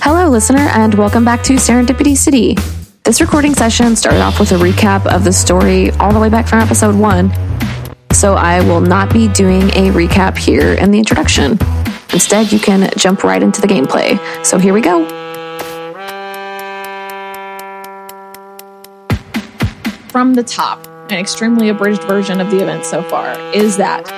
Hello, listener, and welcome back to Serendipity City. This recording session started off with a recap of the story all the way back from episode one, so I will not be doing a recap here in the introduction. Instead, you can jump right into the gameplay. So here we go. from the top, an extremely abridged version of the event so far, is that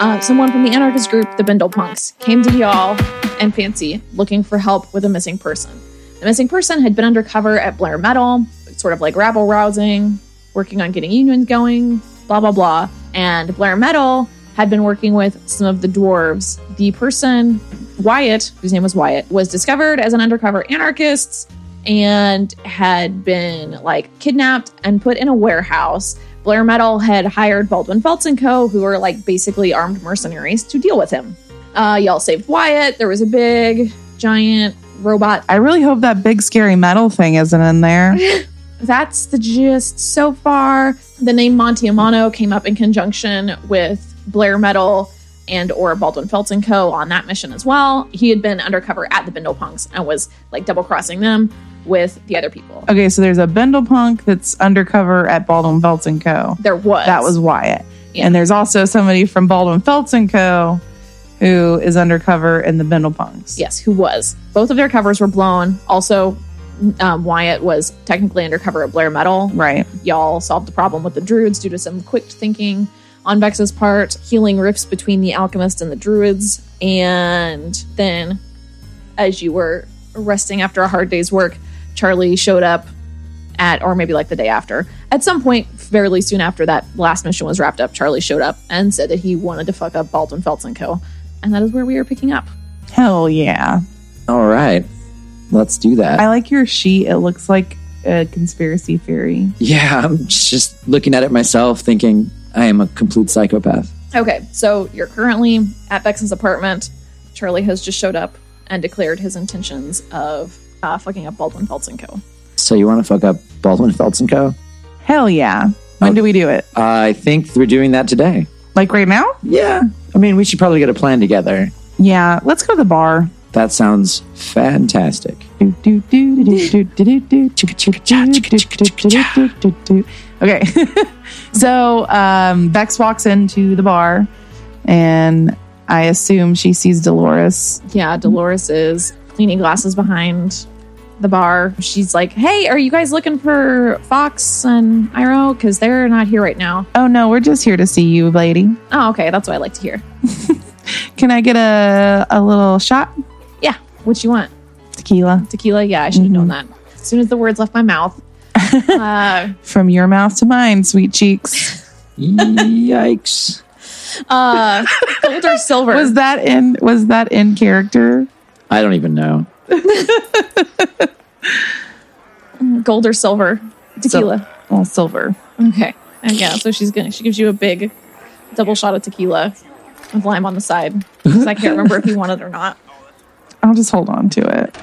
uh, someone from the anarchist group, the Bindle Punks, came to y'all and Fancy looking for help with a missing person. The missing person had been undercover at Blair Metal, sort of like rabble rousing, working on getting unions going, blah, blah, blah. And Blair Metal had been working with some of the dwarves. The person, Wyatt, whose name was Wyatt, was discovered as an undercover anarchist and had been like kidnapped and put in a warehouse. Blair Metal had hired Baldwin Feltz and Co., who are like basically armed mercenaries, to deal with him. Uh, y'all saved Wyatt. There was a big, giant robot. I really hope that big scary metal thing isn't in there. That's the gist so far. The name Montiamano came up in conjunction with Blair Metal and or Baldwin Feltz and Co. on that mission as well. He had been undercover at the Bindle Punks and was like double crossing them with the other people. Okay, so there's a Bindle Punk that's undercover at Baldwin Feltz and Co. There was That was Wyatt. Yeah. And there's also somebody from Baldwin Feltz and Co. who is undercover in the Bindle Punks. yes, who was. Both of their covers were blown. Also, um, Wyatt was technically undercover at Blair Metal. Right. Y'all solved the problem with the druids due to some quick thinking on Vex's part, healing rifts between the alchemist and the druids, and then as you were resting after a hard day's work, Charlie showed up at, or maybe like the day after. At some point, fairly soon after that last mission was wrapped up, Charlie showed up and said that he wanted to fuck up Baldwin Feltz and Co. And that is where we are picking up. Hell yeah. All right. Let's do that. I like your sheet. It looks like a conspiracy theory. yeah, I'm just looking at it myself thinking I am a complete psychopath. Okay, so you're currently at Bexon's apartment. Charlie has just showed up and declared his intentions of uh, fucking up Baldwin Feltz and Co. So you want to fuck up Baldwin Feltz and Co? Hell yeah. When Oh. do we do it? I think we're doing that today. Like right now? Yeah. I mean, we should probably get a plan together. Yeah. Let's go to the bar. That sounds fantastic. Do, do, do, do, do, do, do, do, chicka, chicka, cha, chicka, chicka, chicka, cha, do, do, do. Okay. so um, Bex walks into the bar and I assume she sees Dolores. Yeah, Dolores is cleaning glasses behind the bar. She's like, "Hey, are you guys looking for Fox and Iro? Because they're not here right now." Oh no, we're just here to see you, lady. Oh, okay, that's what I like to hear. Can I get a, a little shot? Yeah, what you want? Tequila Tequila? Yeah, I should have known that. As soon as the words left my mouth. uh, from your mouth to mine, sweet cheeks. Yikes. uh, gold or silver? Was that in was that in character? I don't even know. gold or silver? Tequila. Sil- oh, silver. Okay. And yeah, so she's gonna she gives you a big double shot of tequila with lime on the side. 'Cause I can't remember if you want it or not. I'll just hold on to it.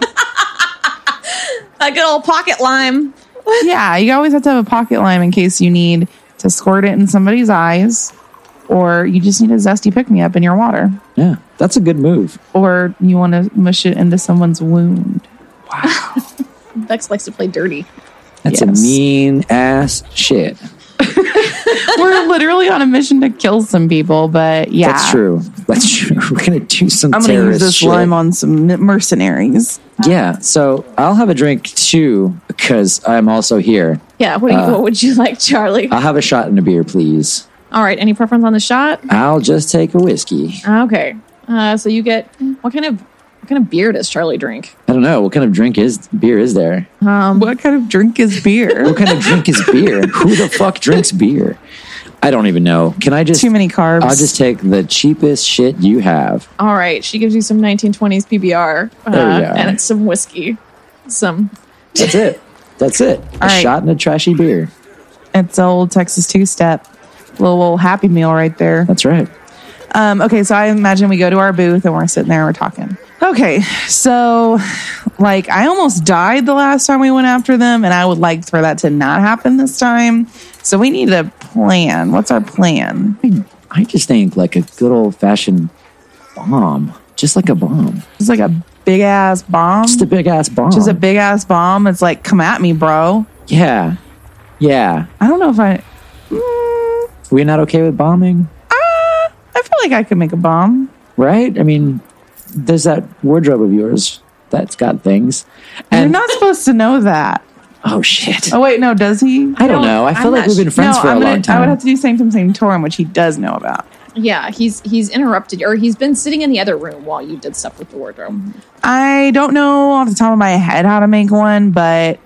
That good old pocket lime. yeah, you always have to have a pocket lime in case you need to squirt it in somebody's eyes, or you just need a zesty pick me up in your water, Yeah, that's a good move. or you want to mush it into someone's wound. Vex likes to play dirty. That's Yes. a mean ass shit. We're literally on a mission to kill some people, but yeah, That's true. That's true. We're going to do some I'm gonna use terrorist this shit. lime on some n- mercenaries. Yeah, so I'll have a drink too because I'm also here. Yeah, what, do you, what would you like, Charlie? I'll have a shot and a beer, please. All right, any preference on the shot? I'll just take a whiskey. Okay. Uh, so you get what kind of what kind of beer does Charlie drink? I don't know what kind of drink is beer is there. What kind of drink is beer? What kind of drink is beer? Who the fuck drinks beer? I don't even know. Can I just Too many carbs. I'll just take the cheapest shit you have. All right, she gives you some 1920s PBR uh, There we are. and it's some whiskey, some That's it. That's it. A All right. shot and a trashy beer. it's an old Texas two step, little old happy meal right there. That's right. Um, okay, so I imagine we go to our booth and we're sitting there and we're talking. Okay, so like I almost died the last time we went after them, and I would like for that to not happen this time. So we need a plan. What's our plan? I just think like a good old fashioned bomb, just like a bomb. It's like a big ass bomb. It's the big ass bomb. Just a big ass bomb. It's like, come at me, bro. yeah, yeah. I don't know if I. Mm, We're not okay with bombing, ah, I feel like I could make a bomb. right? I mean, there's that wardrobe of yours that's got things. You're And not supposed to know that. oh shit, Oh wait, no, does he? I don't know. I I'm feel not like we've been su- friends no, for a I'm gonna, long I would time. have to do Sanctum Sanctorum, which he does know about. Yeah, he's he's interrupted or he's been sitting in the other room while you did stuff with the wardrobe. I don't know off the top of my head how to make one, but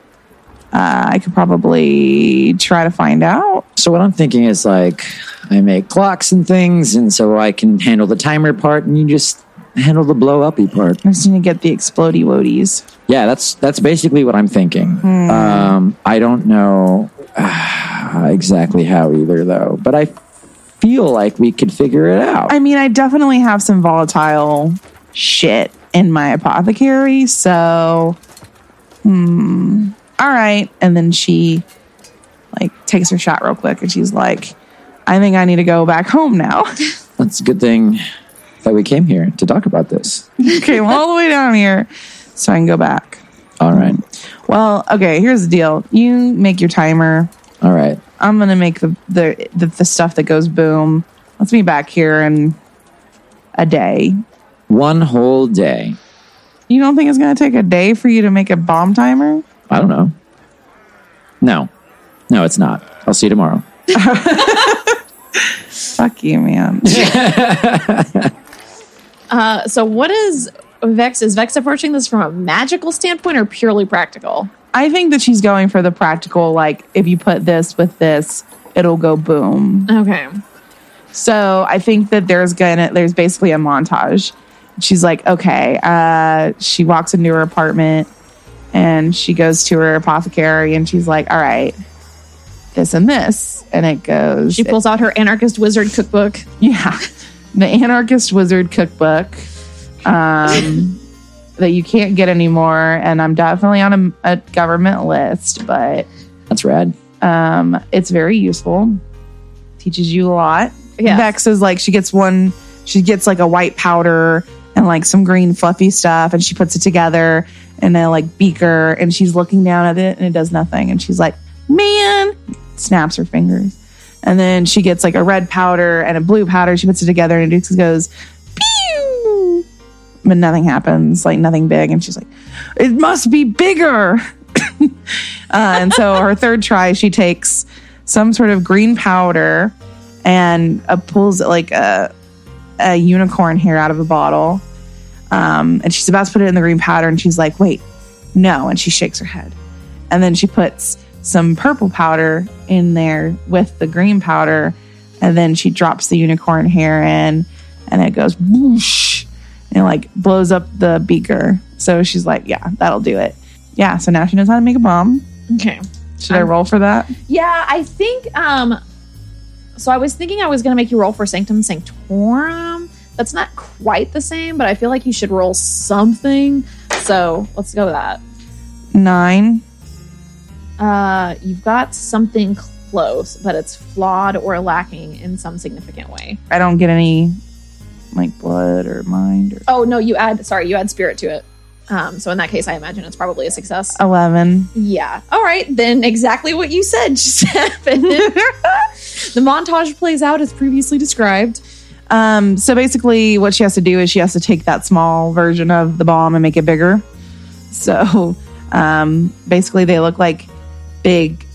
uh, I could probably try to find out. so what I'm thinking is like, I make clocks and things, and so I can handle the timer part, and you just handle the blow uppy part. I just need to get the explodey woadies. Yeah, that's that's basically what I'm thinking. Hmm. Um, I don't know uh, exactly how either, though, but I feel like we could figure it out. I mean, I definitely have some volatile shit in my apothecary, so hmm. All right. And then she like takes her shot real quick and she's like, I think I need to go back home now. That's a good thing that we came here to talk about this. came all the way down here so I can go back. All right, Well, okay, here's the deal. You make your timer. all right. I'm gonna make the the the, the stuff that goes boom. Let's be back here in a day. One whole day. You don't think it's gonna take a day for you to make a bomb timer? I don't know. No, no, it's not. I'll see you tomorrow. Fuck you, man. Uh, so what is Vex? Is Vex approaching this from a magical standpoint or purely practical? I think that she's going for the practical. Like, if you put this with this, it'll go boom. Okay. So I think that there's gonna there's basically a montage. She's like, okay. Uh, she walks into her apartment and she goes to her apothecary and she's like, all right, this and this, and it goes. She pulls out her anarchist wizard cookbook. yeah, the anarchist wizard cookbook um, that you can't get anymore, and I'm definitely on a, a government list, but That's rad. um, it's very useful. Teaches you a lot. Yeah. Vex is like she gets one, she gets like a white powder and like some green fluffy stuff, and she puts it together in a like beaker, and she's looking down at it, and it does nothing, and she's like, "Man!" Snaps her fingers, and then she gets like a red powder and a blue powder. She puts it together, and it just goes, "Pew!" But nothing happens, like nothing big, and she's like, "It must be bigger." Uh, and so her third try, she takes some sort of green powder and uh, pulls like a, a unicorn hair out of a bottle. Um, and she's about to put it in the green powder, and she's like, wait, no. And she shakes her head. And then she puts some purple powder in there with the green powder. And then she drops the unicorn hair in, and it goes whoosh and like blows up the beaker. So she's like, yeah, that'll do it. Yeah, so now she knows how to make a bomb. Okay. Should i roll for that? Yeah, I think. Um, so I was thinking I was going to make you roll for Sanctum Sanctorum. That's not quite the same, but I feel like you should roll something. So let's go with that. Nine. Uh, you've got something close, but it's flawed or lacking in some significant way. I don't get any like blood or mind or Oh no, you add. Sorry, you add spirit to it. Um, so in that case, I imagine it's probably a success. eleven. Yeah. All right. Then exactly what you said just happened. the montage plays out as previously described. Um, so basically, what she has to do is she has to take that small version of the bomb and make it bigger. So um, basically, they look like big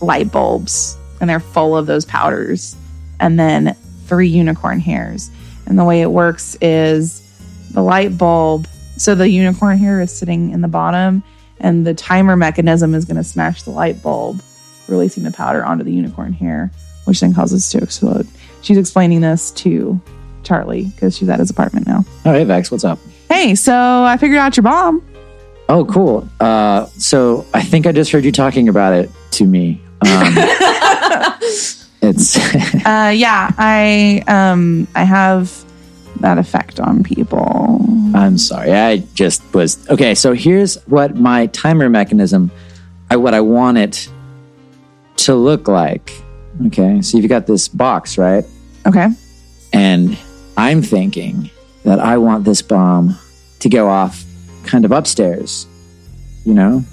light bulbs, and they're full of those powders, and then three unicorn hairs. And the way it works is the light bulb. So the unicorn hair is sitting in the bottom, and the timer mechanism is going to smash the light bulb, releasing the powder onto the unicorn hair, which then causes it to explode. She's explaining this to Charlie because she's at his apartment now. Oh, hey Vex, what's up? Hey, so I figured out your bomb. Oh, cool. Uh, so I think I just heard you talking about it to me. Um, it's Uh, yeah, I um I have that effect on people. I'm sorry. I just was okay. So here's what my timer mechanism, I, what I want it to look like. Okay, so you've got this box, right? Okay. And I'm thinking that I want this bomb to go off kind of upstairs, you know,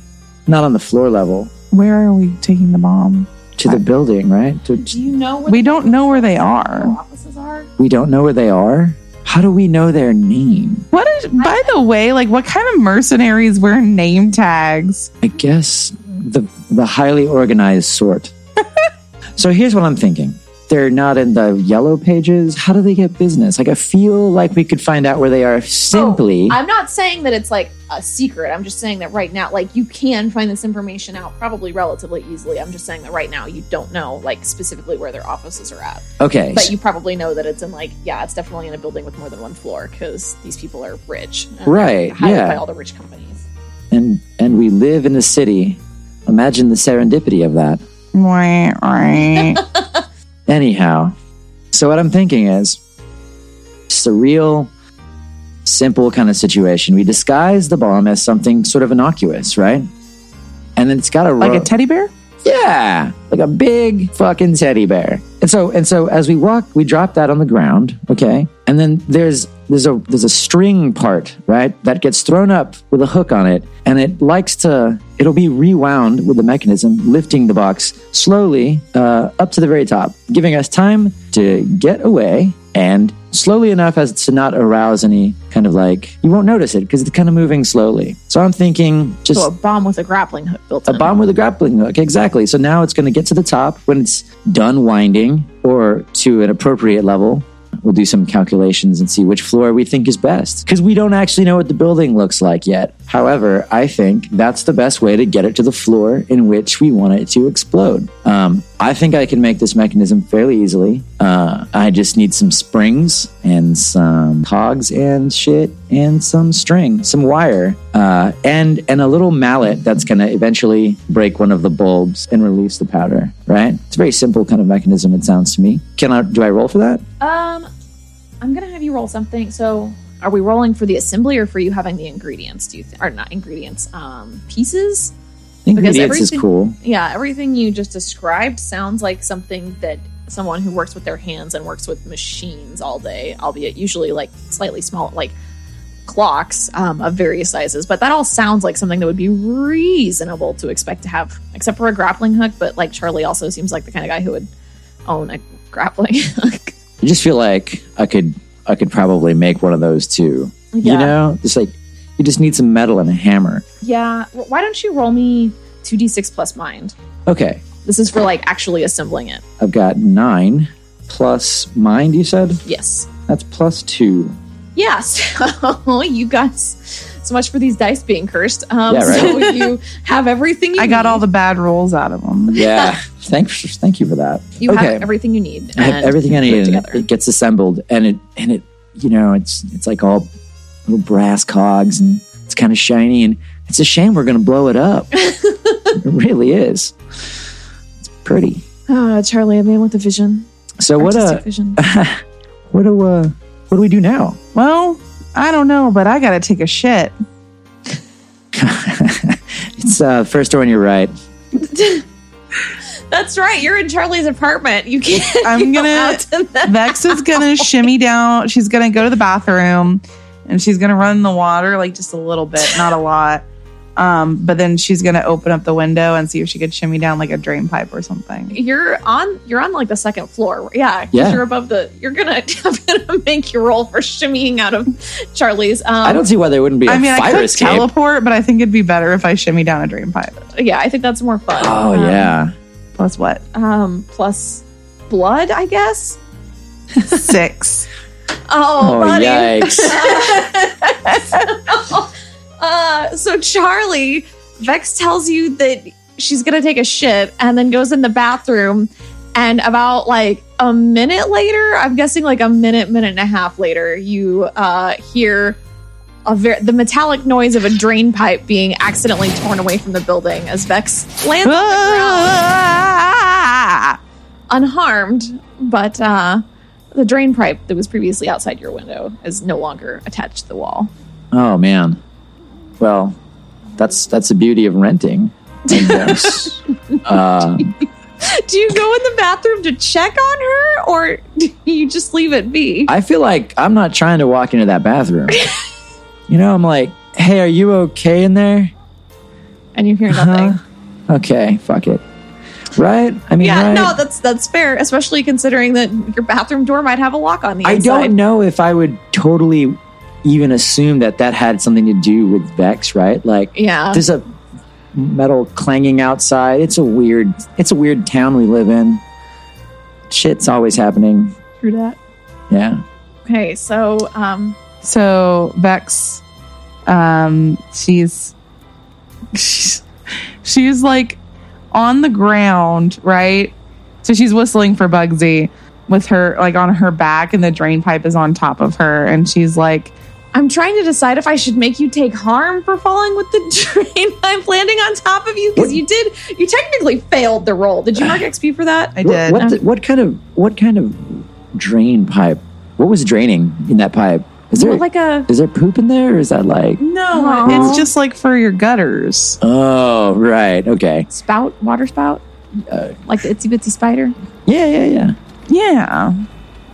not on the floor level Where are we taking the bomb? to the building, right? To, Do you know where We don't know where they the are. offices are? we don't know where they are. How do we know their name? What is, by the way, like what kind of mercenaries wear name tags? I guess the the highly organized sort. so here's what I'm thinking. They're not in the yellow pages. How do they get business? Like I feel like we could find out where they are simply. Oh, I'm not saying that it's like a secret. I'm just saying that right now, like you can find this information out probably relatively easily. I'm just saying that right now you don't know like specifically where their offices are at, okay. but you probably know that it's in like yeah, it's definitely in a building with more than one floor because these people are rich, and they're Right, Hired yeah. by all the rich companies. and and we live in a city. Imagine the serendipity of that. Right, right. Anyhow, so what I'm thinking is it's a real simple kind of situation. We disguise the bomb as something sort of innocuous, right? And then it's got a like ro- a teddy bear? yeah, like a big fucking teddy bear. And so and so as we walk, we drop that on the ground, okay? And then there's there's a there's a string part, right? That gets thrown up with a hook on it, and it likes to it'll be rewound with the mechanism lifting the box slowly uh, up to the very top, giving us time to get away and slowly enough as to not arouse any kind of like you won't notice it because it's kind of moving slowly. So I'm thinking just So a bomb with a grappling hook built a in. bomb with a grappling hook, exactly. So now it's going to get to the top when it's done winding or to an appropriate level. We'll do some calculations and see which floor we think is best because we don't actually know what the building looks like yet. However, I think that's the best way to get it to the floor in which we want it to explode. Um, I think I can make this mechanism fairly easily. Uh, I just need some springs and some cogs and shit and some string, some wire, uh, and and a little mallet that's gonna eventually break one of the bulbs and release the powder. Right? It's a very simple kind of mechanism. It sounds to me. Can I do I roll for that? Um, I'm gonna have you roll something. So, are we rolling for the assembly or for you having the ingredients? Do you think, or not ingredients? Um, pieces. Ingredients is everything- cool. Yeah, everything you just described sounds like something that someone who works with their hands and works with machines all day, albeit usually like slightly small, like clocks um, of various sizes. But that all sounds like something that would be reasonable to expect to have, except for a grappling hook. But like Charlie also seems like the kind of guy who would own a grappling hook. I just feel like I could I could probably make one of those too. You know, just like you just need some metal and a hammer. Yeah. w- Why don't you roll me 2d6 plus mind? Okay, This is for like actually assembling it. I've got nine plus mind. You said Yes. that's plus two. Yeah. So you guys, so much for these dice being cursed. Um, Yeah, right. So you have everything you I got need. all the bad rolls out of them. Yeah, thanks. Thank you for that. You okay. have everything you need. I have and everything I put it need. and together. It, gets assembled, and it and it you know it's it's like all little brass cogs, and it's kind of shiny, and it's a shame we're gonna blow it up. it really is. It's pretty. Ah, Charlie, a man with a vision. So what Artistic uh vision. what do uh what do we do now? Well, I don't know, but I gotta take a shit. It's uh first door on your right. That's right. You're in Charlie's apartment. You can't. I'm you gonna- allowed to- Vex is gonna shimmy down. She's gonna go to the bathroom and she's gonna run in the water like just a little bit, not a lot. Um, but then she's gonna open up the window and see if she could shimmy down like a drain pipe or something. You're on. You're on like the second floor. Yeah. 'cause Yeah. You're above the. You're gonna. I'm gonna make you roll for shimmying out of Charlie's. Um, I don't see why there wouldn't be a I mean, I fire could escape. teleport, but I think it'd be better if I shimmy down a drain pipe. Yeah, I think that's more fun. oh Um, yeah. Plus what? Um, plus blood, I guess. Six. Oh, Oh buddy. yikes. Uh, so Charlie, Vex tells you that she's gonna take a shit and then goes in the bathroom. And about like a minute later, I'm guessing like a minute, minute and a half later, you uh, hear a ver- the metallic noise of a drain pipe being accidentally torn away from the building as Vex lands on the ground. Ah! unharmed, but uh, the drain pipe that was previously outside your window is no longer attached to the wall. Oh man. Well, that's that's the beauty of renting. I guess. uh, Do you go in the bathroom to check on her, or do you just leave it be? I feel like I'm not trying to walk into that bathroom. you know, I'm like, hey, are you okay in there? and you Uh-huh. hear nothing. Okay, fuck it. Right? I mean, Yeah, right? no, that's that's fair, especially considering that your bathroom door might have a lock on the I inside. don't know if I would totally even assume that that had something to do with Vex, right? Like, Yeah. there's a metal clanging outside. It's a weird, it's a weird town we live in. Shit's always happening. Through that. Yeah. Okay, so um, So Vex, um, she's she's she's like on the ground, right? So she's whistling for Bugsy with her like on her back, and the drain pipe is on top of her, and she's like, I'm trying to decide if I should make you take harm for falling with the drain I'm landing on top of you because What- you did you technically failed the roll. Did you mark XP for that? "I What- did." What, the- what kind of what kind of drain pipe? What was draining in that pipe? Is there Well, like a is there poop in there, or is that like? no, Aw. it's just like for your gutters. Oh, right. Okay. spout, water spout, Uh, like the itsy bitsy spider. Yeah, yeah, yeah. Yeah,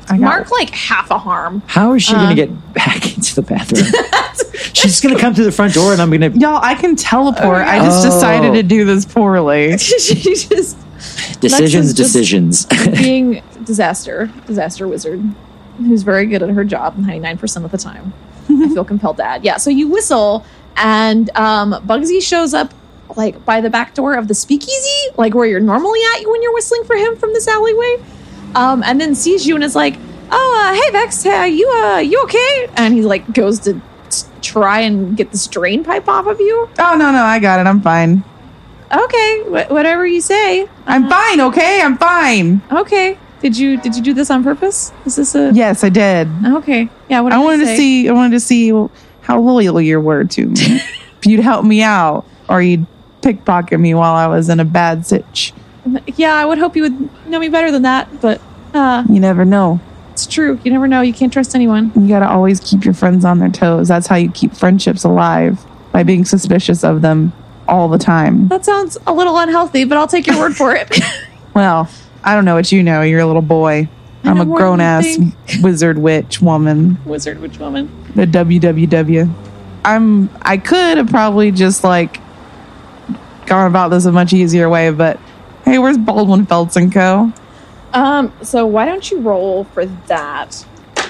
I got Mark like half a harm. How is she Uh. going to get back into the bathroom? She's just going to come through the front door, and I'm going to Y'all, I can teleport. I just Oh. decided to do this poorly. she just decisions, Lex is just- decisions. being disaster disaster wizard, who's very good at her job 99 percent of the time. I feel compelled to add. Yeah. So you whistle, and um, Bugsy shows up like by the back door of the speakeasy, like where you're normally at when you're whistling for him from this alleyway, um, and then sees you and is like, "Oh, uh, hey Vex, uh, you uh, you okay?" And he like goes to t- try and get this drain pipe off of you. Oh no, no, I got it. I'm fine. Okay, wh- whatever you say. I'm fine. Okay, I'm fine. Okay. Did you did you do this on purpose? Is this a Yes, I did. Okay. Yeah. What I did wanted say? to see. I wanted to see how loyal you were to me. if you'd help me out, or you'd pickpocket me while I was in a bad sitch. Yeah, I would hope you would know me better than that, but uh, You never know. it's true. You never know. You can't trust anyone. You gotta always keep your friends on their toes. That's how you keep friendships alive by being suspicious of them all the time. That sounds a little unhealthy, but I'll take your word for it. Well, I don't know what you know. You're a little boy. I I'm know more a than you grown ass think. wizard witch woman. Wizard, witch woman? the WWW. I'm I could have probably just like gone about this a much easier way, but hey, where's Baldwin Feltz and Co? Um. So why don't you roll for that?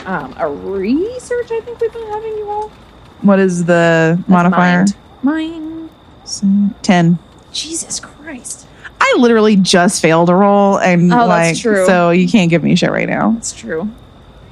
Um, a research. I think we've been having you roll. What is the modifier? That's Mine. Mine. S- Ten. Jesus Christ. I literally just failed a roll, and Oh, that's like true. so you can't give me shit right now. That's true.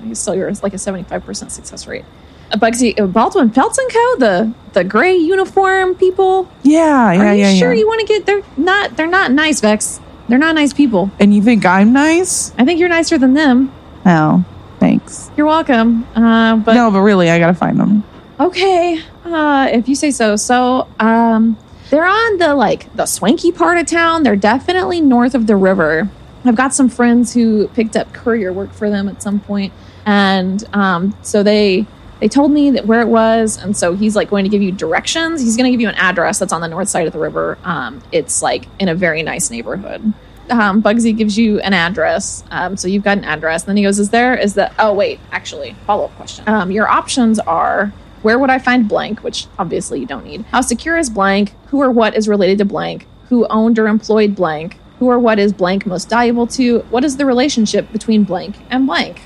You still yours like a seventy five percent success rate. A Bugsy uh, Baldwin Peltz and Co. The the gray uniform people. Yeah, yeah, Are you yeah. sure yeah. you want to get? They're not. They're not nice, Vex. They're not nice people. and you think I'm nice? I think you're nicer than them. Oh, thanks. You're welcome. Uh, but no, but really, I gotta find them. okay, uh, if you say so. So um, they're on the like the swanky part of town. They're definitely north of the river. I've got some friends who picked up courier work for them at some point, and um, so they they told me that where it was, and so he's like going to give you directions. He's going to give you an address that's on the north side of the river. Um, it's like in a very nice neighborhood. Um, Bugsy gives you an address, um, so you've got an address. And then he goes, "Is there? Is that? Oh wait, actually, follow up question. Um, your options are." Where would I find blank? Which obviously you don't need. How secure is blank? Who or what is related to blank? Who owned or employed blank? Who or what is blank most valuable to? What is the relationship between blank and blank?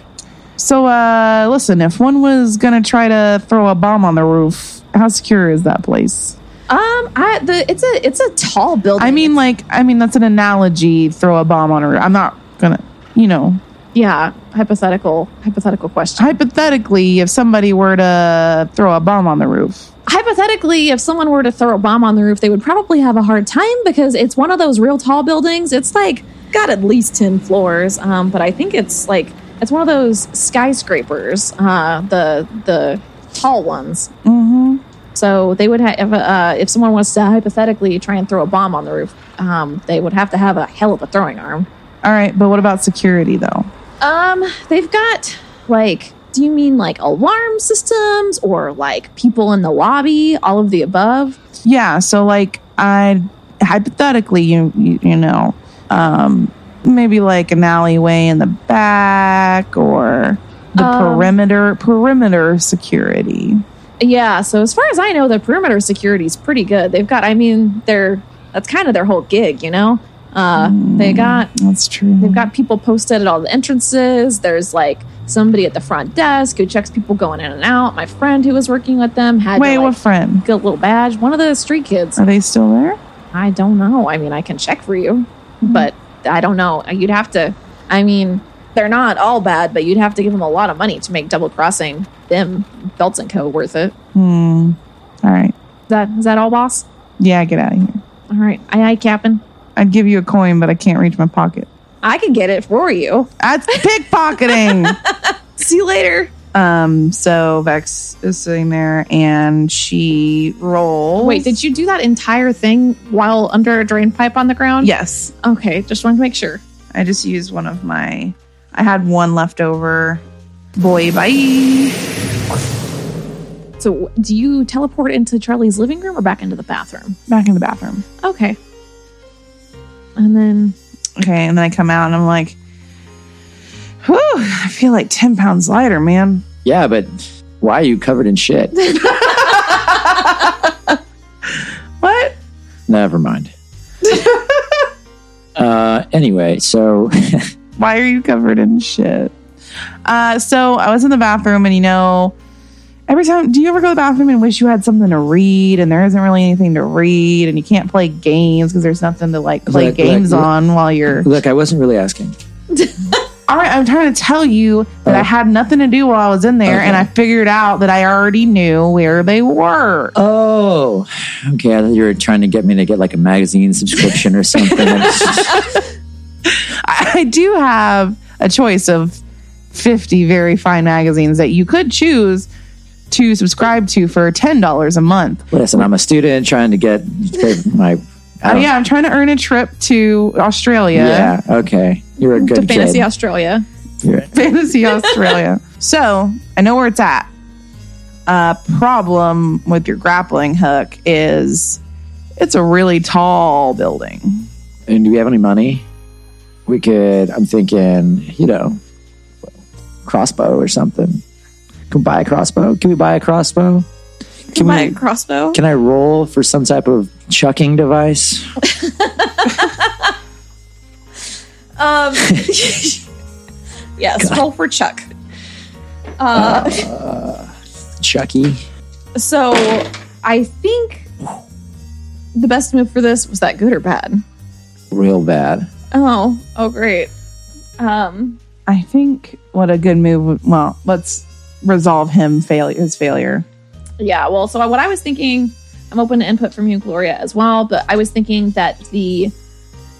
So, uh, listen, if one was gonna try to throw a bomb on the roof, how secure is that place? Um, I the it's a it's a tall building. I mean, It's- like, I mean, that's an analogy. Throw a bomb on a roof. I'm not gonna, you know, yeah, hypothetical hypothetical question. hypothetically, if somebody were to throw a bomb on the roof, hypothetically, if someone were to throw a bomb on the roof, they would probably have a hard time because it's one of those real tall buildings. It's like got at least ten floors, um, but I think it's like it's one of those skyscrapers, uh, the the tall ones. mm-hmm. So they would have if, uh, if someone wants to hypothetically try and throw a bomb on the roof, um, they would have to have a hell of a throwing arm. all right. But what about security, though? Um, they've got like, do you mean like alarm systems or like people in the lobby, all of the above? Yeah. So, like, I hypothetically, you you, you know, um, maybe like an alleyway in the back or the Um, perimeter perimeter security. Yeah, so as far as I know, the perimeter security is pretty good. They've got, I mean, they're that's kind of their whole gig, you know. Uh, They got Hmm, That's true. they've got people posted at all the entrances. There's like somebody at the front desk who checks people going in and out. My friend who was working with them had Wait, to, what like, friend? get a little badge. One of the street kids. Are they still there? I don't know. I mean, I can check for you, Mm-hmm. but I don't know. You'd have to. I mean, they're not all bad, but you'd have to give them a lot of money to make double crossing them Belts and Co. worth it. Hmm. All right. Is that is that all, boss? Yeah, get out of here. All right, aye aye, Captain. I'd give you a coin, but I can't reach my pocket. I can get it for you. That's pickpocketing. See you later. um. So Vex is sitting there, and she rolls. Wait, did you do that entire thing while under a drain pipe on the ground? Yes, Okay, just wanted to make sure. I just used one of my. I had one left over. Boy, bye. So, w- do you teleport into Charlie's living room or back into the bathroom? Back in the bathroom. Okay. And then, Okay, and then I come out, and I'm like, "Whew! I feel like ten pounds lighter, man." Yeah, but why are you covered in shit? What? Never mind. uh, anyway, so Why are you covered in shit? Uh, so I was in the bathroom, and you know, every time, do you ever go to the bathroom and wish you had something to read, and there isn't really anything to read, and you can't play games because there's nothing to like play Look, look, games look. on while you're. look, I wasn't really asking. All right, I'm trying to tell you that I Oh. had nothing to do while I was in there, and Okay. I figured out that I already knew where they were. Oh, okay. I thought you were trying to get me to get like a magazine subscription or something. I I do have a choice of 50 very fine magazines that you could choose to subscribe to for $10 a month. Listen, I'm a student trying to get my. I Oh, don't- yeah, I'm trying to earn a trip to Australia, Yeah. Okay. You're a to good Fantasy kid. Australia. You're- Fantasy Australia. So I know where it's at. Uh, problem with your grappling hook is it's a really tall building. and do we have any money? We could. I'm thinking. You know, crossbow or something. Can we buy a crossbow? Can we buy a crossbow? Can Buy we? a crossbow? Can I roll for some type of chucking device? Um, yes, roll for Chuck. Uh, Chucky. so, I think the best move for this was that good or bad. Real bad. Oh, oh, great. Um, I think what a good move. would- Well, let's resolve him fail his failure. Yeah, well, so what I was thinking, I'm open to input from you, Gloria, as well. But I was thinking that the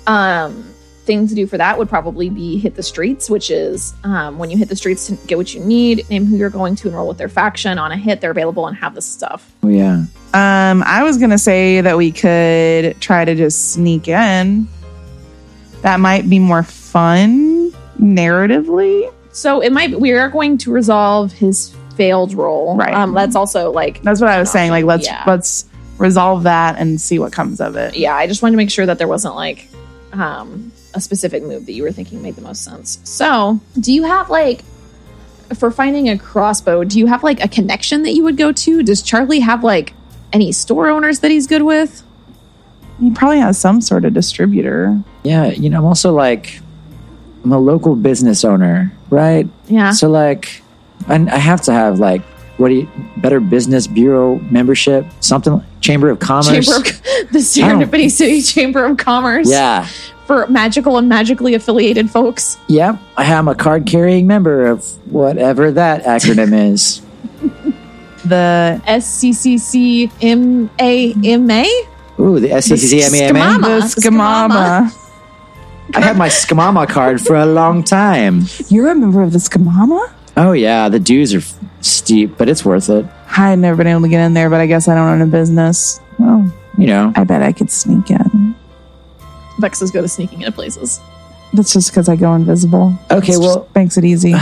um, thing to do for that would probably be hit the streets, which is um, when you hit the streets to get what you need, name who you're going to enroll with their faction. On a hit, they're available and have the stuff. Oh yeah. Um, I was gonna say that we could try to just sneak in. That might be more fun narratively. So it might we are going to resolve his failed roll. Right. Um, that's also like That's what I was saying. Like let's Yeah. let's resolve that and see what comes of it. yeah, I just wanted to make sure that there wasn't like um, a specific move that you were thinking made the most sense. So, do you have like for finding a crossbow? Do you have like a connection that you would go to? Does Charlie have like any store owners that he's good with? He probably has some sort of distributor. Yeah, you know, I'm also like, I'm a local business owner, right? Yeah. So like, I, I have to have like, what do you, Better Business Bureau membership, something, Chamber of Commerce. Chamber of, the Serendipity City Chamber of Commerce yeah, for magical and magically affiliated folks. yep. I am a card carrying member of whatever that acronym is. The SCCCMAMA? Ooh, the E SCCMAMA. Skamama. the Skamama. Skamama. I had my Skamama card for a long time. You're a member of the Skamama? Oh yeah, the dues are f- steep, but it's worth it. I had never been able to get in there, but I guess I don't own a business. Well, You know, I bet I could sneak in. Vex is good at sneaking into places. That's just because I go invisible. Okay, It's just- well- makes it easy.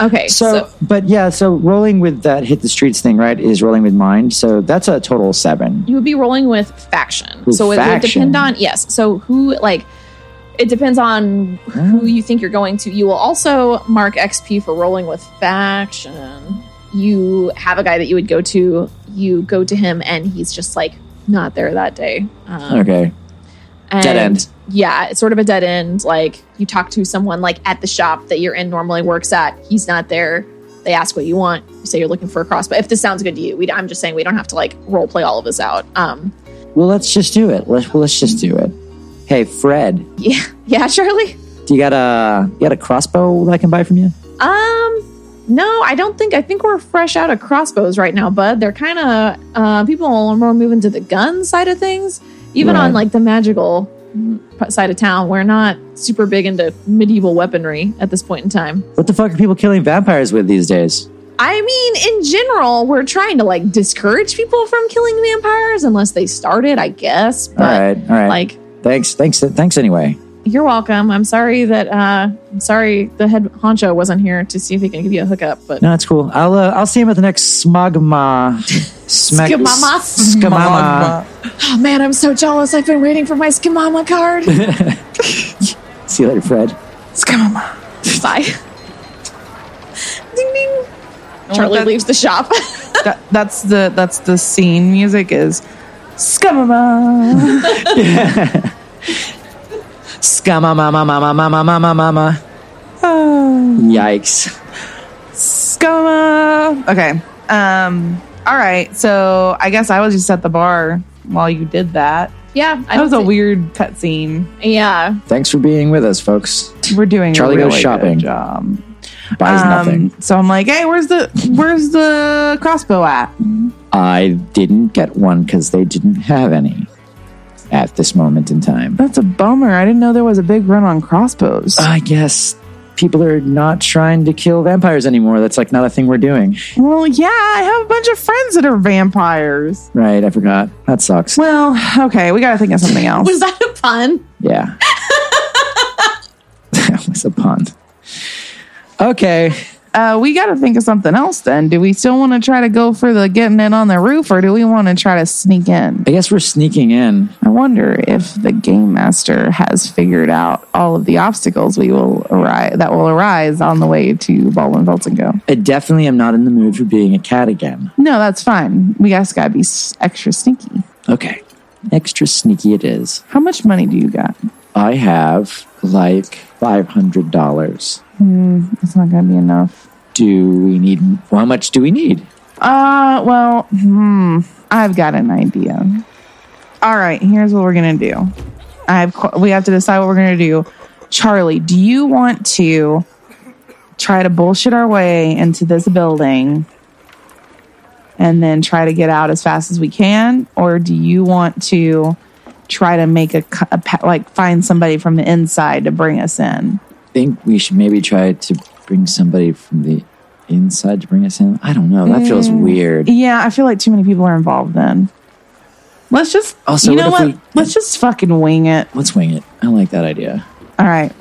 Okay. So, but yeah, so rolling with that hit the streets thing, right, is rolling with mind. So that's a total seven. you would be rolling with faction. With so it would faction. depend on yes. So who like it depends on who you think you're going to. You will also mark XP for rolling with faction. you have a guy that you would go to. You go to him, and he's just like not there that day. Um, Okay. and Dead end. Yeah, it's sort of a dead end. Like you talk to someone like at the shop that you're in normally works at. He's not there. They ask what you want. You say you're looking for a crossbow. If this sounds good to you, we, I'm just saying we don't have to like role play all of this out. Um, Well, let's just do it. Let's well, let's just do it. Hey, Fred, yeah, yeah, Shirley. do you got a you got a crossbow that I can buy from you? Um, no, I don't think. I think we're fresh out of crossbows right now, bud. They're kind of uh, people are more moving to the gun side of things, even on Right. like the magical mm, side of town. We're not super big into medieval weaponry at this point in time. What the fuck are people killing vampires with these days? I mean, in general, we're trying to like discourage people from killing vampires unless they start it, I guess. But All right, all right. like, thanks, thanks, thanks. Anyway, you're welcome. I'm sorry that uh, I'm sorry the head honcho wasn't here to see if he can give you a hookup, but no, it's cool. I'll uh, I'll see him at the next smagma. Smack, Skimama? Skimama. Oh man, I'm so jealous. I've been waiting for my Skimama card. See you later, Fred. Skimama. Bye. ding ding. Charlie that- leaves the shop. That, that's the that's the scene music is Skimama. Scamma, mama, mama, mama, mama, mama. Yikes. Skimama. Okay. Um all right. So I guess I was just at the bar while you did that. yeah, I That was a think- weird cutscene. Yeah, Thanks for being with us, folks. We're doing Charlie a goes really good shopping. job. Buys Um, nothing. So I'm like, hey, where's the where's the crossbow at? I didn't get one because they didn't have any at this moment in time. That's a bummer. I didn't know there was a big run on crossbows. I guess people are not trying to kill vampires anymore. That's like not a thing we're doing. well, yeah, I have a bunch of friends that are vampires. Right, I forgot. That sucks. Well, okay, we gotta think of something else. was that a pun? Yeah. that was a pun. Okay. Uh, we gotta think of something else then. Do we still want to try to go for the getting in on the roof, or do we want to try to sneak in? I guess we're sneaking in. I wonder if the game master has figured out all of the obstacles we will arise that will arise on the way to Baldwin Felton Go. I definitely am not in the mood for being a cat again. No, that's fine. We just gotta be s- extra sneaky. Okay. Extra sneaky it is. How much money do you got? I have like $500. It's not gonna be enough. Do we need, how much do we need? Uh, well, hmm, I've got an idea. All right, here's what we're gonna do. I've qu- we have to decide what we're gonna do. Charlie, do you want to try to bullshit our way into this building and then try to get out as fast as we can, or do you want to try to make a, co- a pa- like find somebody from the inside to bring us in? think we should maybe try to bring somebody from the inside to bring us in. I don't know. That feels weird. Yeah, I feel like too many people are involved then. Let's just Also, you what know if what? we- Let's just fucking wing it. Let's wing it. I like that idea. All right.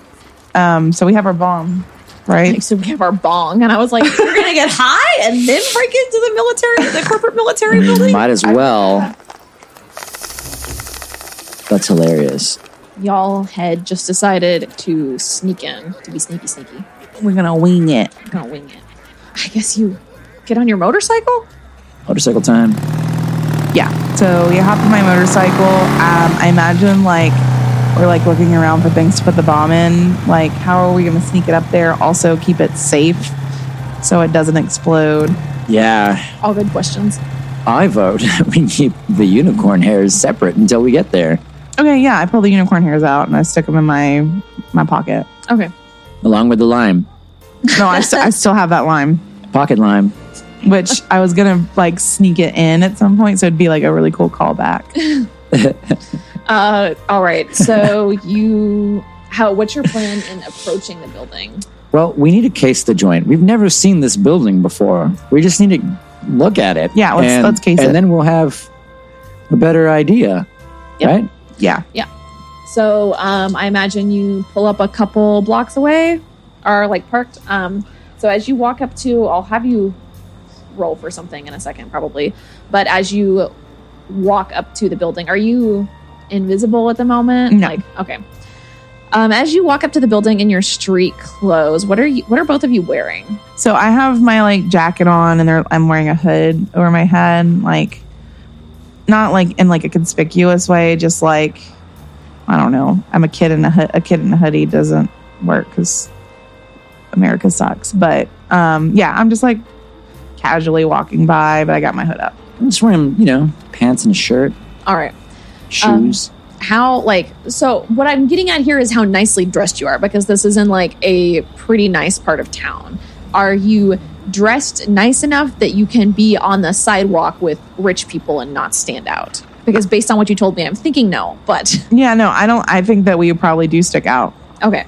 Um, so we have our bomb, right? So we have our bong, and I was like, "We're gonna get high and then break into the military, the corporate military building." Might as well. That's hilarious. Y'all had just decided to sneak in, to be sneaky, sneaky. We're gonna wing it. I'm gonna wing it. I guess you get on your motorcycle. Motorcycle time. Yeah. So we hop on my motorcycle. Um, I imagine like we're like looking around for things to put the bomb in. Like, how are we gonna sneak it up there? Also, keep it safe so it doesn't explode. Yeah. All good questions. I vote we keep the unicorn hairs separate until we get there, Okay. Yeah. I pull the unicorn hairs out and I stick them in my my pocket. Okay. along with the lime, No, I, st- I still have that lime. pocket lime. which I was gonna like sneak it in at some point, so it'd be like a really cool callback. Uh, all right. So you, how? What's your plan in approaching the building? Well, we need to case the joint. We've never seen this building before. We just need to look at it. Yeah, let's- and, let's case and it. then we'll have a better idea, Yep. right? Yeah, So um, I imagine you pull up a couple blocks away, are like parked. Um, so as you walk up to, I'll have you roll for something in a second, probably. But as you walk up to the building, are you invisible at the moment? No. Like okay. Um, as you walk up to the building in your street clothes, what are you? What are both of you wearing? So I have my like jacket on, and there- I'm wearing a hood over my head, like not like in like a conspicuous way, just like I don't know. I'm a kid in a hood. A kid in a hoodie doesn't work because America sucks. But um, yeah, I'm just like casually walking by, but I got my hood up. I'm just wearing, you know, pants and a shirt, All right. shoes. How like so? What I'm getting at here is how nicely dressed you are because this is in like a pretty nice part of town. Are you dressed nice enough that you can be on the sidewalk with rich people and not stand out? Because based on what you told me, I'm thinking no, but. Yeah, no, I don't. I think that we probably do stick out. Okay.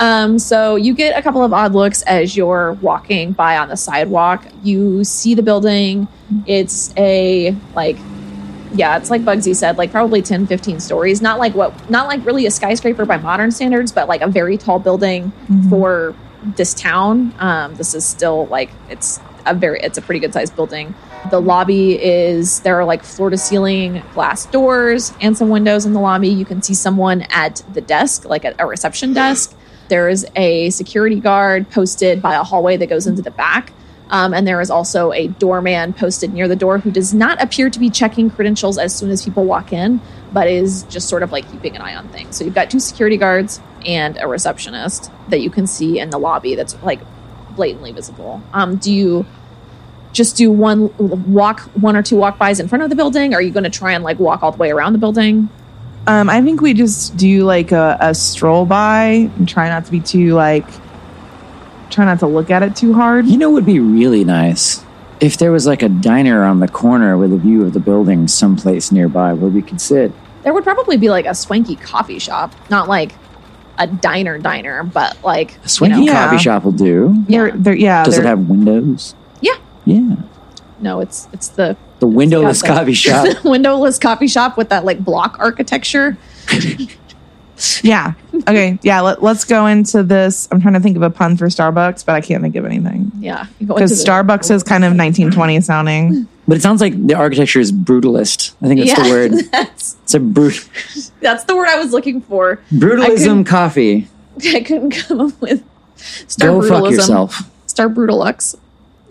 Um, so you get a couple of odd looks as you're walking by on the sidewalk. You see the building. It's a like yeah, it's like Bugsy said, like probably 10, 15 stories. Not like what not like really a skyscraper by modern standards, but like a very tall building Mm-hmm. for this town. Um, this is still like it's a very it's a pretty good sized building. The lobby is there are like floor to ceiling glass doors and some windows in the lobby. You can see someone at the desk, like at a reception desk. There is a security guard posted by a hallway that goes into the back. Um, and there is also a doorman posted near the door who does not appear to be checking credentials as soon as people walk in, but is just sort of like keeping an eye on things. So you've got two security guards and a receptionist that you can see in the lobby that's like blatantly visible. Um, do you just do one walk, one or two walk bys in front of the building? Or are you going to try and like walk all the way around the building? Um, I think we just do like a, a stroll by and try not to be too like try not to look at it too hard. You know, what would be really nice if there was like a diner on the corner with a view of the building someplace nearby where we could sit. There would probably be like a swanky coffee shop, not like a diner diner, but like A swanky you know, Yeah. coffee shop will do. There, there, yeah. Does it there- have windows? Yeah. Yeah. no, it's it's the The windowless got that. coffee shop. windowless coffee shop with that like block architecture. yeah. Okay. Yeah. Let, let's go into this. I'm trying to think of a pun for Starbucks, but I can't think of anything Yeah, you go into because the- Starbucks is kind of 1920 sounding. but it sounds like the architecture is brutalist. I think that's yeah, the word. That's It's a brut- that's the word I was looking for. brutalism coffee. I couldn't come up with star Go brutalism. fuck yourself. Star brutalux.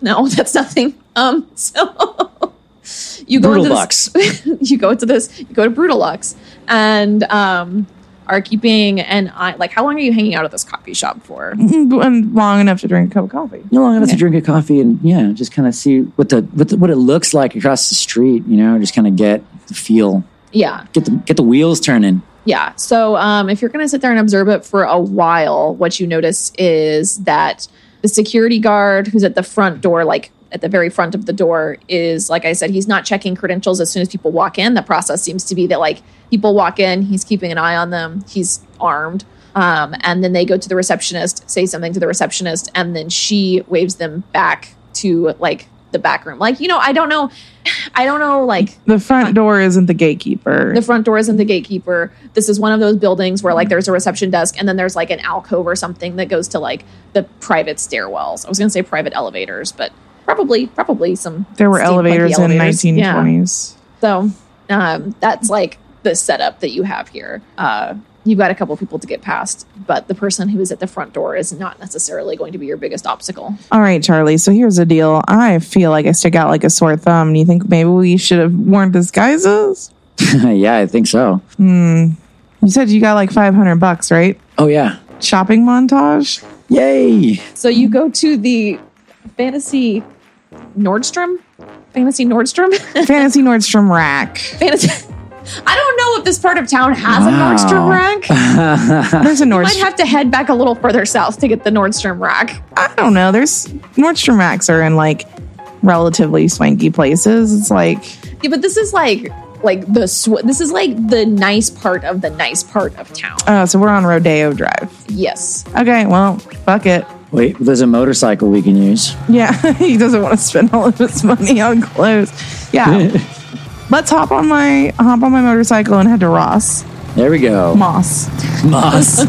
No, that's nothing. Um, so you go into this- you go to this. You go to brutalux and um are keeping an eye. Like, how long are you hanging out at this coffee shop for? Mm. and long enough to drink a cup of coffee. You know, long enough Okay. to drink a coffee and yeah, just kind of see what the, what the what it looks like across the street. You know, just kind of get the feel, Yeah, get the get the wheels turning. Yeah. So um, if you're going to sit there and observe it for a while, what you notice is that the security guard who's at the front door, like at the very front of the door, is like I said, he's not checking credentials as soon as people walk in. The process seems to be that like people walk in, he's keeping an eye on them, he's armed. Um, and then they go to the receptionist, say something to the receptionist, and then she waves them back to like the back room. Like, you know, I don't know. I don't know, like, The front door isn't the gatekeeper. the front door isn't the gatekeeper. This is one of those buildings where like there's a reception desk and then there's like an alcove or something that goes to like the private stairwells. I was gonna say private elevators, but probably probably some there were steampunky elevators in elevators. Yeah. 1920s. So um, that's like the setup that you have here. Uh, you've got a couple people to get past, but the person who is at the front door is not necessarily going to be your biggest obstacle. All right, Charlie. So here's the deal. I feel like I stick out like a sore thumb. Do you think maybe we should have worn disguises? yeah, I think so. Hmm. You said you got like 500 bucks, right? Oh yeah, Shopping montage. yay! So you go to the fantasy Nordstrom, fantasy Nordstrom. Fantasy Nordstrom rack. fantasy. I don't know if this part of town has a Wow. Nordstrom rack. There's a Might Nordstrom. have to head back a little further south to get the Nordstrom rack. I don't know. There's Nordstrom racks are in like relatively swanky places. It's like Yeah, but this is like like the sw- this is like the nice part of the nice part of town. oh, so we're on Rodeo Drive. yes. Okay, well, fuck it. Wait, there's a motorcycle we can use. Yeah, he doesn't want to spend all of his money on clothes. Yeah, let's hop on my hop on my motorcycle and head to Ross There we go, Moss, Moss,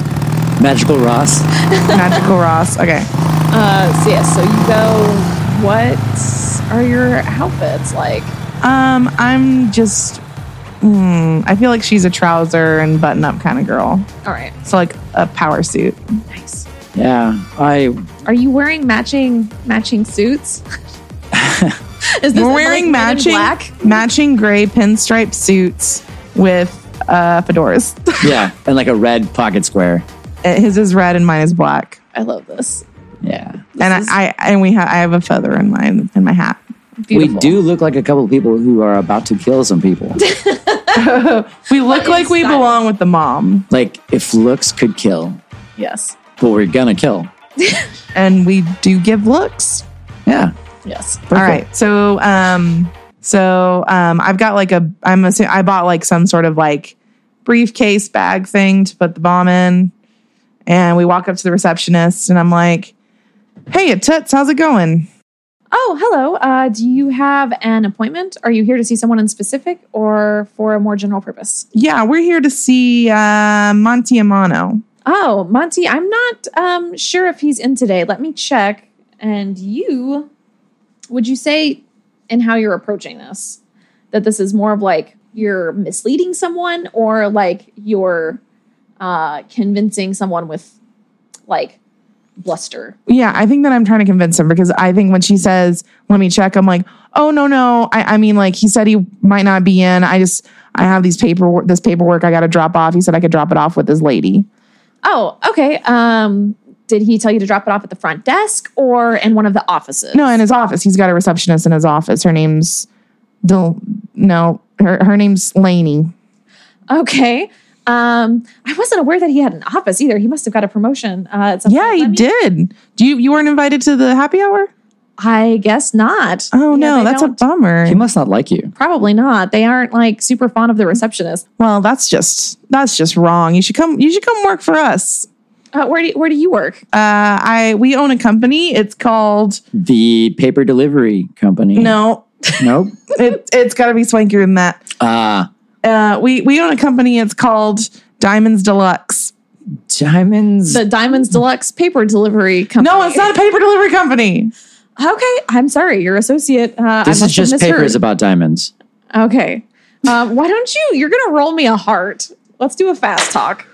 magical Ross. magical Ross. Okay, Uh so yes, so you go what are your outfits like? um, I'm just. Hmm, I feel like she's a trouser and button up kind of girl. All right. So like a a power suit. Nice. Yeah, I Are you wearing matching matching suits? Is We're like, wearing Men in matching black? matching gray pinstripe suits with uh, fedoras. yeah, and like a red pocket square. His is red and mine is black. I love this. Yeah, and is- I, I and we ha- I have a feather in mine in my hat. Beautiful. we do look like a couple of people who are about to kill some people. We look is like we style? belong with the mom, like if looks could kill, Yes. but we're gonna kill. and we do give looks. Yeah. Yes. All right. So um so um I've got like a I'm assuming I bought like some sort of like briefcase bag thing to put the bomb in. And we walk up to the receptionist and I'm like, Hey it toots, how's it going? Oh, hello. Uh, do you have an appointment? Are you here to see someone in specific or for a more general purpose? Yeah, we're here to see uh Monty Amano. Oh, Monty, I'm not um, sure if he's in today. Let me check. And you, would you say, in how you're approaching this, that this is more of like you're misleading someone or like you're uh, convincing someone with like bluster? Yeah, I think that I'm trying to convince him because I think when she says, let me check, I'm like, oh, no, no. I, I mean, like, he said he might not be in. I just, I have these paperwork, this paperwork I got to drop off. He said I could drop it off with his lady. Oh, okay. Um, did he tell you to drop it off at the front desk or in one of the offices? No, in his office. He's got a receptionist in his office. Her name's, Del, no, her, her name's Laney. Okay. Um, I wasn't aware that he had an office either. He must have got a promotion. Uh, at some Yeah, point. he Let me- did. Do you, you weren't invited to the happy hour? I guess not. Yeah, Oh, no, they that's a don't- bummer. He must not like you. probably not. They aren't like super fond of the receptionist. well, that's just, that's just wrong. You should come, you should come work for us. Uh, where do where do you work? Uh, I, we own a company. It's called, The paper delivery company. no, Nope. it, it's got to be swankier than that. Ah, Uh, we we own a company. It's called Diamonds Deluxe. diamonds. The Diamonds Deluxe Paper Delivery Company. No, it's not a paper delivery company. Okay, I'm sorry, your associate. Uh, I must this is have just misheard. papers about diamonds. Okay, um, why don't you? You're gonna roll me a heart. Let's do a fast talk.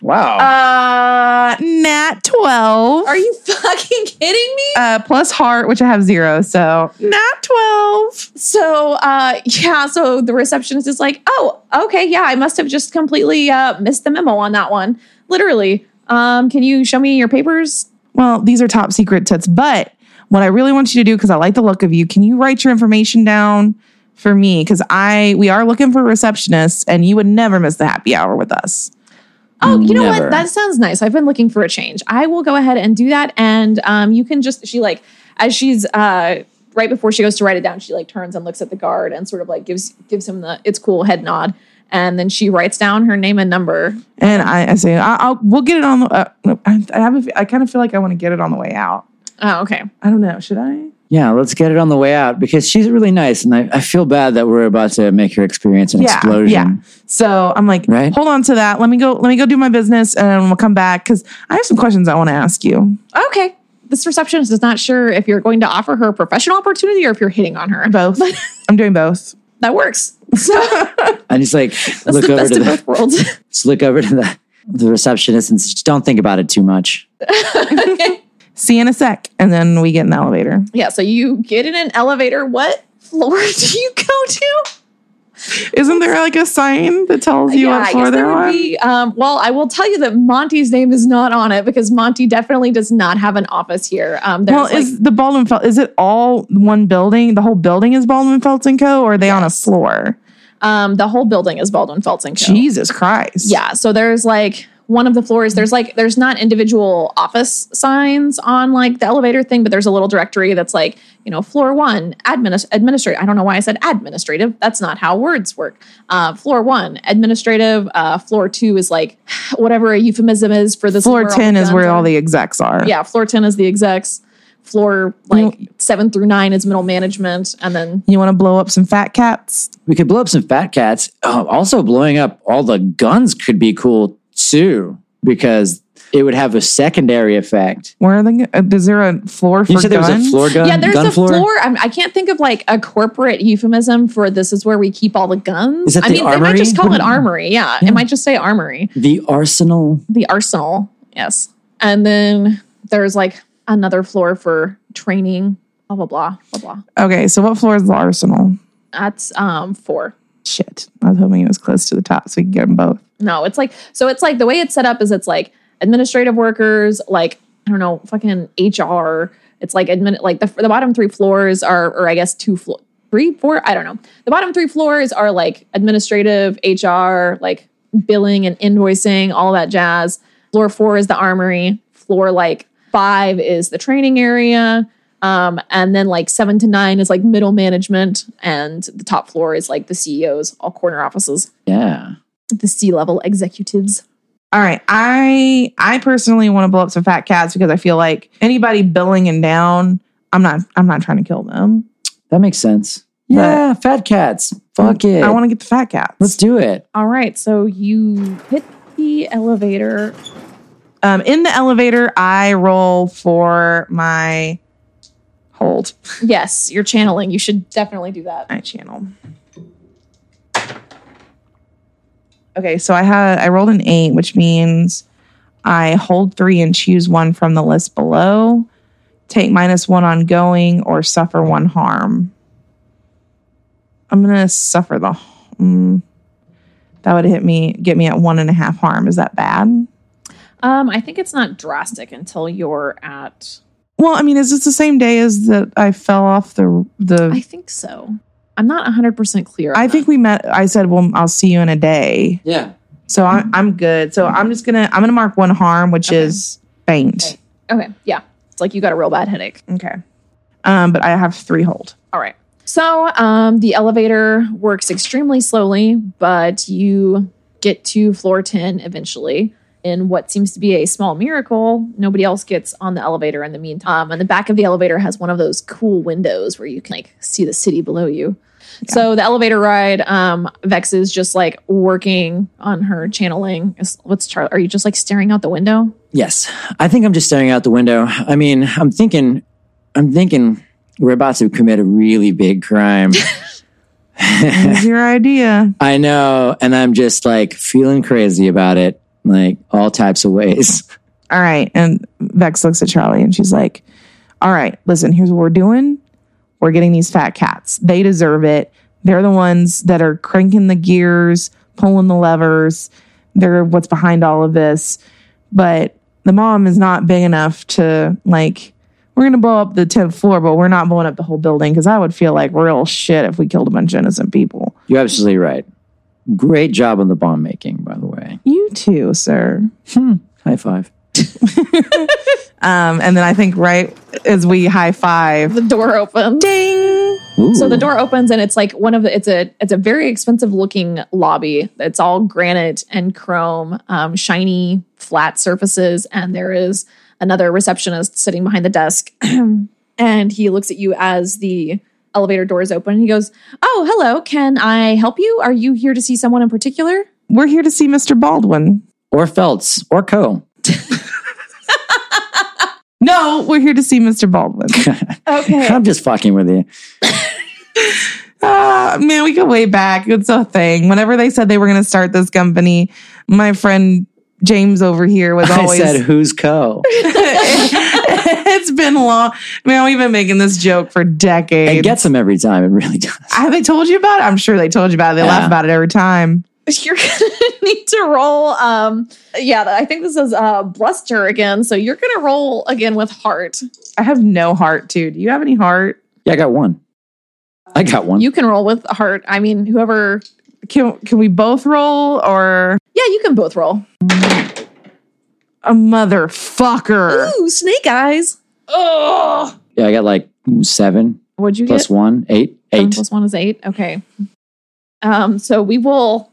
Wow. Uh, Nat twelve. Are you fucking kidding me? Uh, plus heart, which I have zero, so Nat twelve. So uh, yeah, so the receptionist is like, "Oh, okay, yeah, I must have just completely uh, missed the memo on that one. Literally, um, can you show me your papers?" Well, these are top secret tits, but what I really want you to do because I like the look of you. Can you write your information down for me? Because I we are looking for receptionists, and you would never miss the happy hour with us. Oh, you know Never. what? That sounds nice. I've been looking for a change. I will go ahead and do that. And um, you can just she like as she's uh, right before she goes to write it down, she like turns and looks at the guard and sort of like gives gives him the it's cool head nod. And then she writes down her name and number. And I, I say, I, I'll, we'll get it on the. Uh, no, I, I have. A, fe- I kind of feel like I want to get it on the way out. Oh, okay. I don't know. Should I? yeah, let's get it on the way out because she's really nice, and I, I feel bad that we're about to make her experience an explosion. So I'm like, Right? hold on to that. Let me go. Let me go do my business, and we'll come back because I have some questions I want to ask you Okay. This receptionist is not sure if you're going to offer her a professional opportunity or if you're hitting on her. both. I'm doing both. That works. So I just like that's look the over best to of the both worlds. just look over to the, the receptionist and just don't think about it too much. See you in a sec, and then we get in the elevator. yeah. So you get in an elevator. What floor do you go to? Isn't there like a sign that tells you yeah, what I floor guess they're there would on? be. Um, well, I will tell you that Monty's name is not on it because Monty definitely does not have an office here. Um, there's well, like, is the Baldwin Fel- is it all one building? The whole building is Baldwin Feltz and Co. Or are they on a floor? um, the whole building is Baldwin Feltz and Co. Jesus Christ! Yeah, so there's like one of the floors. There's like there's not individual office signs on like the elevator thing, but there's a little directory that's like you know floor one adminis- administrative. I don't know why I said administrative. That's not how words work. Uh, floor one administrative. Uh, floor two is like whatever a euphemism is for this. is Floor where all the ten is guns where are. all the execs are. yeah, floor 10 is the execs. Floor like seven through nine is middle management. And then You want to blow up some fat cats? We could blow up some fat cats. Oh, also, blowing up all the guns could be cool too because it would have a secondary effect. Where are they? Uh, is there a floor for You said there was guns? a floor gun. yeah, there's gun a floor. I'm, I can't think of like a corporate euphemism for this is where we keep all the guns. Is that I the mean, they might armory? just call it armory. Yeah, it might just say armory. The arsenal. The arsenal. Yes. And then there's like another floor for training, blah, blah, blah, blah, blah. Okay, so what floor is the arsenal? That's um four. Shit, I was hoping it was close to the top so we could get them both. No, it's like so it's like the way it's set up is it's like administrative workers, like I don't know, fucking HR. It's like admin like the the bottom three floors are or I guess two floor three, four, I don't know. The bottom three floors are like administrative, HR, like billing and invoicing, all that jazz. Floor 4 is the armory, floor like 5 is the training area. Um, and then like seven to nine is like middle management, and the top floor is like the CEOs, all corner offices Yeah. the C level executives. All right, I I personally want to blow up some fat cats because I feel like anybody billing and down, I'm not I'm not trying to kill them. That makes sense. Yeah, fat cats. Fuck Mm, it. I want to get the fat cats. Let's do it. All right, so you hit the elevator. um, in the elevator, I roll for my hold. Yes, you're channeling. You should definitely do that. I channel. Okay, so I had I rolled an eight, which means I hold three and choose one from the list below. Take minus one ongoing or suffer one harm. I'm gonna suffer the. Mm, that would hit me, get me at one and a half harm. Is that bad? Um, I think it's not drastic until you're at. Well, I mean, is this the same day as that I fell off the the? I think so. I'm not 100 percent clear. on I think we met. I said, "Well, I'll see you in a day." Yeah. So I'm I'm good. So I'm just gonna I'm gonna mark one harm, which Okay. is faint. that. Okay, yeah, it's like you got a real bad headache. Okay. Um, but I have three hold. All right. So um, the elevator works extremely slowly, but you get to floor 10 eventually in what seems to be a small miracle. Nobody else gets on the elevator in the meantime. Um, and the back of the elevator has one of those cool windows where you can like see the city below you. So the elevator ride, um, Vex is just like working on her channeling. Is- What's Charlie? Are you just like staring out the window? Yes. I think I'm just staring out the window. I mean, I'm thinking, I'm thinking we're about to commit a really big crime. Is your idea? I know. And I'm just like feeling crazy about it, like all types of ways. All right. And Vex looks at Charlie and she's like, "All right, listen. Here's what we're doing. We're getting these fat cats. They deserve it. They're the ones that are cranking the gears, pulling the levers. They're what's behind all of this. But the mom is not big enough to like." We're gonna blow up the tenth floor, but we're not blowing up the whole building because I would feel like real shit if we killed a bunch of innocent people. You're absolutely right. Great job on the bomb making, by the way. You too, sir. High five. Um, and then I think right as we high five, The door opens. ding. Ooh. So the door opens and it's like one of the it's a it's a very expensive looking lobby. It's all granite and chrome, um, shiny flat surfaces, and there is another receptionist sitting behind the desk, and he looks at you as the elevator doors open. And he goes, "Oh, hello. Can I help you? Are you here to see someone in particular?" we're here to see Mr. Baldwin. or Feltz or Co. No, we're here to see Mr. Baldwin. Okay. I'm just fucking with you. Ah, man, we go way back. It's a thing. Whenever they said they were going to start this company, my friend James over here was always. I said, who's Co? it's been long. Man, we've been making this joke for It decades. gets them every time. It really does. Have they told you about it? I'm sure they told you about it. They laugh Yeah. about it every time. You're gonna need to roll. Um, yeah, I think this is uh, bluster again. So you're gonna roll again with heart. I have no heart, too. Do you have any heart? Yeah, I got one. I got one. You can roll with heart. I mean, whoever Can, can we both roll or Yeah, you can both roll. a motherfucker? Ooh, snake eyes. Oh, yeah, I got like seven What'd you plus get? one, eight, Seven eight. plus one is eight. Okay. Um, so we will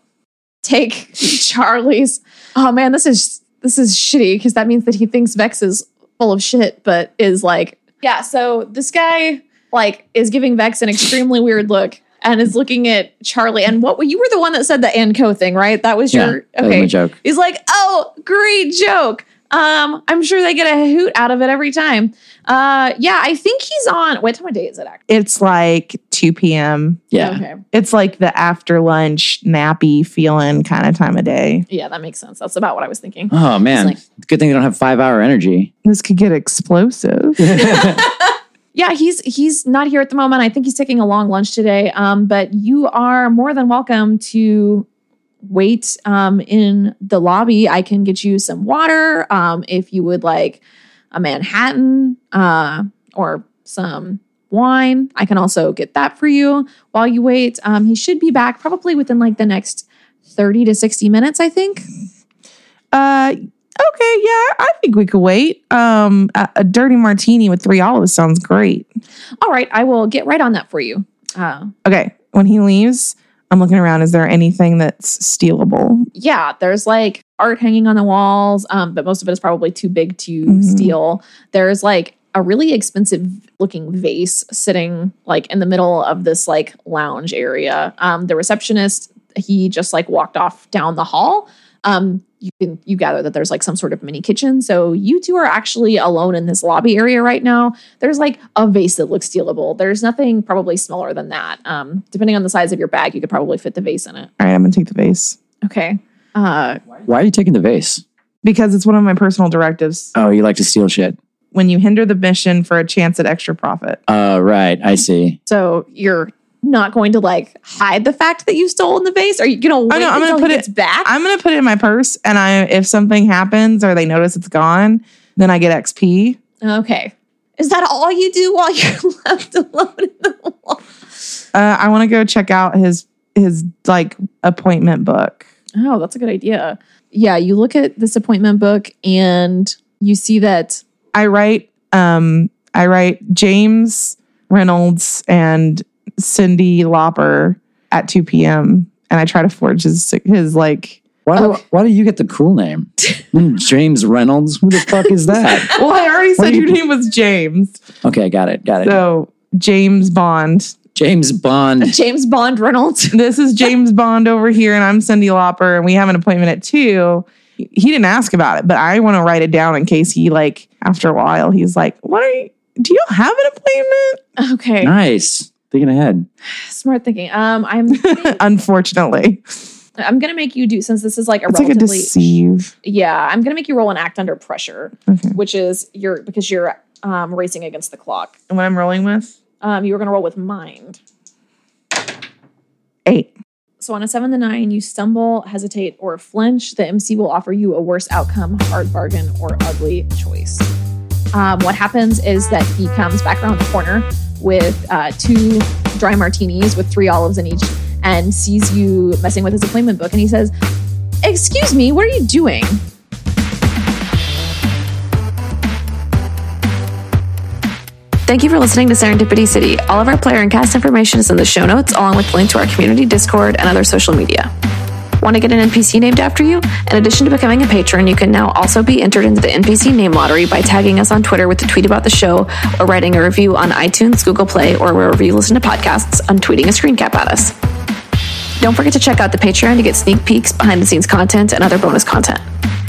take Charlie's. Oh man, this is this is shitty because that means that he thinks Vex is full of shit, but is like, yeah. So this guy like is giving Vex an extremely weird look and is looking at Charlie. And what you were the one that said the Anco thing, right? That was yeah, your that was okay. my joke. He's like, "Oh, great joke." Um, I'm sure they get a hoot out of it every time. Uh, yeah, I think he's on. What time of day is it? Actually, It's like 2 p.m. Yeah. Okay. It's like the after lunch nappy feeling kind of time of day. Yeah, that makes sense. That's about what I was thinking. Oh man. It's Good thing they don't have five hour energy. This could get explosive. Yeah, he's he's not here at the moment. I think he's taking a long lunch today. Um, but you are more than welcome to wait um, in the lobby. I can get you some water um, if you would like a Manhattan uh, or some wine. I can also get that for you while you wait. Um, he should be back probably within like the next thirty to sixty minutes. I think. Uh, okay, yeah, I think we could wait. Um, a, a dirty martini with three olives sounds great. All right, I will get right on that for you. Uh, Okay, when he leaves, I'm looking around. Is there anything that's stealable? yeah, there's like art hanging on the walls, um, but most of it is probably too big to Mhm. steal. There's like a really expensive looking vase sitting like in the middle of this like lounge area. Um, the receptionist, he just like walked off down the hall. Um, you can you gather that there's like some sort of mini kitchen. So you two are actually alone in this lobby area right now. There's like a vase that looks stealable. There's nothing probably smaller than that. Um, depending on the size of your bag, you could probably fit the vase in it. All right, I'm gonna take the vase Okay. Uh, Why are you taking the vase? because it's one of my personal directives. Oh, you like to steal shit. When you hinder the mission for a chance at extra profit, Uh, right. I see. so you're not going to like hide the fact that you stole in the vase? Are you gonna wait Oh, no, I'm gonna until put he it- gets back? I'm gonna put it in my purse, and I if something happens or they notice it's gone, then I get XP. okay. Is that all you do while you're left alone in the wall? Uh, I want to go check out his his like appointment book. Oh, that's a good idea. Yeah, you look at this appointment book and you see that I write um I write James Reynolds and Cindy Lauper at 2 p.m. and I try to forge his his like Why do, Okay. why do you get the cool name? Hmm, James Reynolds? Who the fuck is that? Well, I already What said do you your name was James. Okay, got it. Got it. So James Bond. James Bond. James Bond Reynolds. This is James Bond over here and I'm Cindy Lauper and we have an appointment at 2. He didn't ask about it, but I want to write it down in case he like after a while he's like, "What are you do you have an appointment?" Okay. Nice. Thinking ahead. Smart thinking. Um, I'm Unfortunately, I'm gonna make you do since this is like a it's like a relatively deceive. Yeah, I'm gonna make you roll an act under pressure, Okay. which is you're because you're um racing against the clock. And what I'm rolling with? Um, you were gonna roll with mind. Eight. So on a seven to nine, you stumble, hesitate, or flinch. The MC will offer you a worse outcome, hard bargain, or ugly choice. Um, what happens is that he comes back around the corner with uh, two dry martinis with three olives in each and sees you messing with his appointment book. And he says, Excuse me, what are you doing? Thank you for listening to Serendipity City. All of our player and cast information is in the show notes, along with the link to our community Discord and other social media. Want to get an NPC named after you? In addition to becoming a patron, you can now also be entered into the NPC name lottery by tagging us on Twitter with a tweet about the show or writing a review on iTunes, Google Play, or wherever you listen to podcasts on tweeting a screen cap at us. Don't forget to check out the Patreon to get sneak peeks, behind the scenes content, and other bonus content.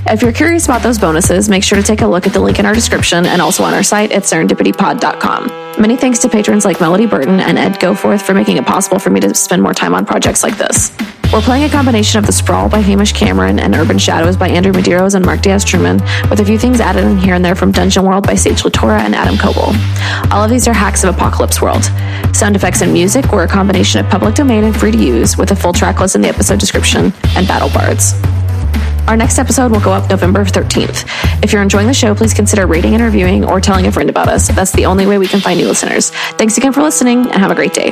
If you're curious about those bonuses, make sure to take a look at the link in our description and also on our site at serendipitypod.com. Many thanks to patrons like Melody Burton and Ed Goforth for making it possible for me to spend more time on projects like this. We're playing a combination of The Sprawl by Hamish Cameron and Urban Shadows by Andrew Medeiros and Mark Diaz Truman, with a few things added in here and there from Dungeon World by Sage Latora and Adam Coble. All of these are hacks of Apocalypse World. Sound effects and music were a combination of public domain and free to use, with a full track list in the episode description, and Battle Bards. Our next episode will go up November 13th. If you're enjoying the show, please consider rating and reviewing or telling a friend about us. That's the only way we can find new listeners. Thanks again for listening and have a great day.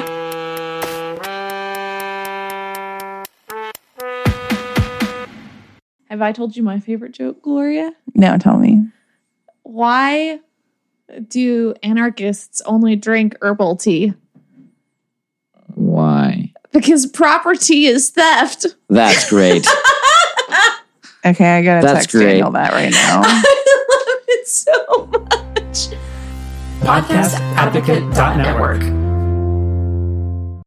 Have I told you my favorite joke, Gloria? Now tell me. Why do anarchists only drink herbal tea? Why? Because property is theft. That's great. Okay, I gotta That's text great. Daniel that right now. I love it so much. podcastadvocate.network.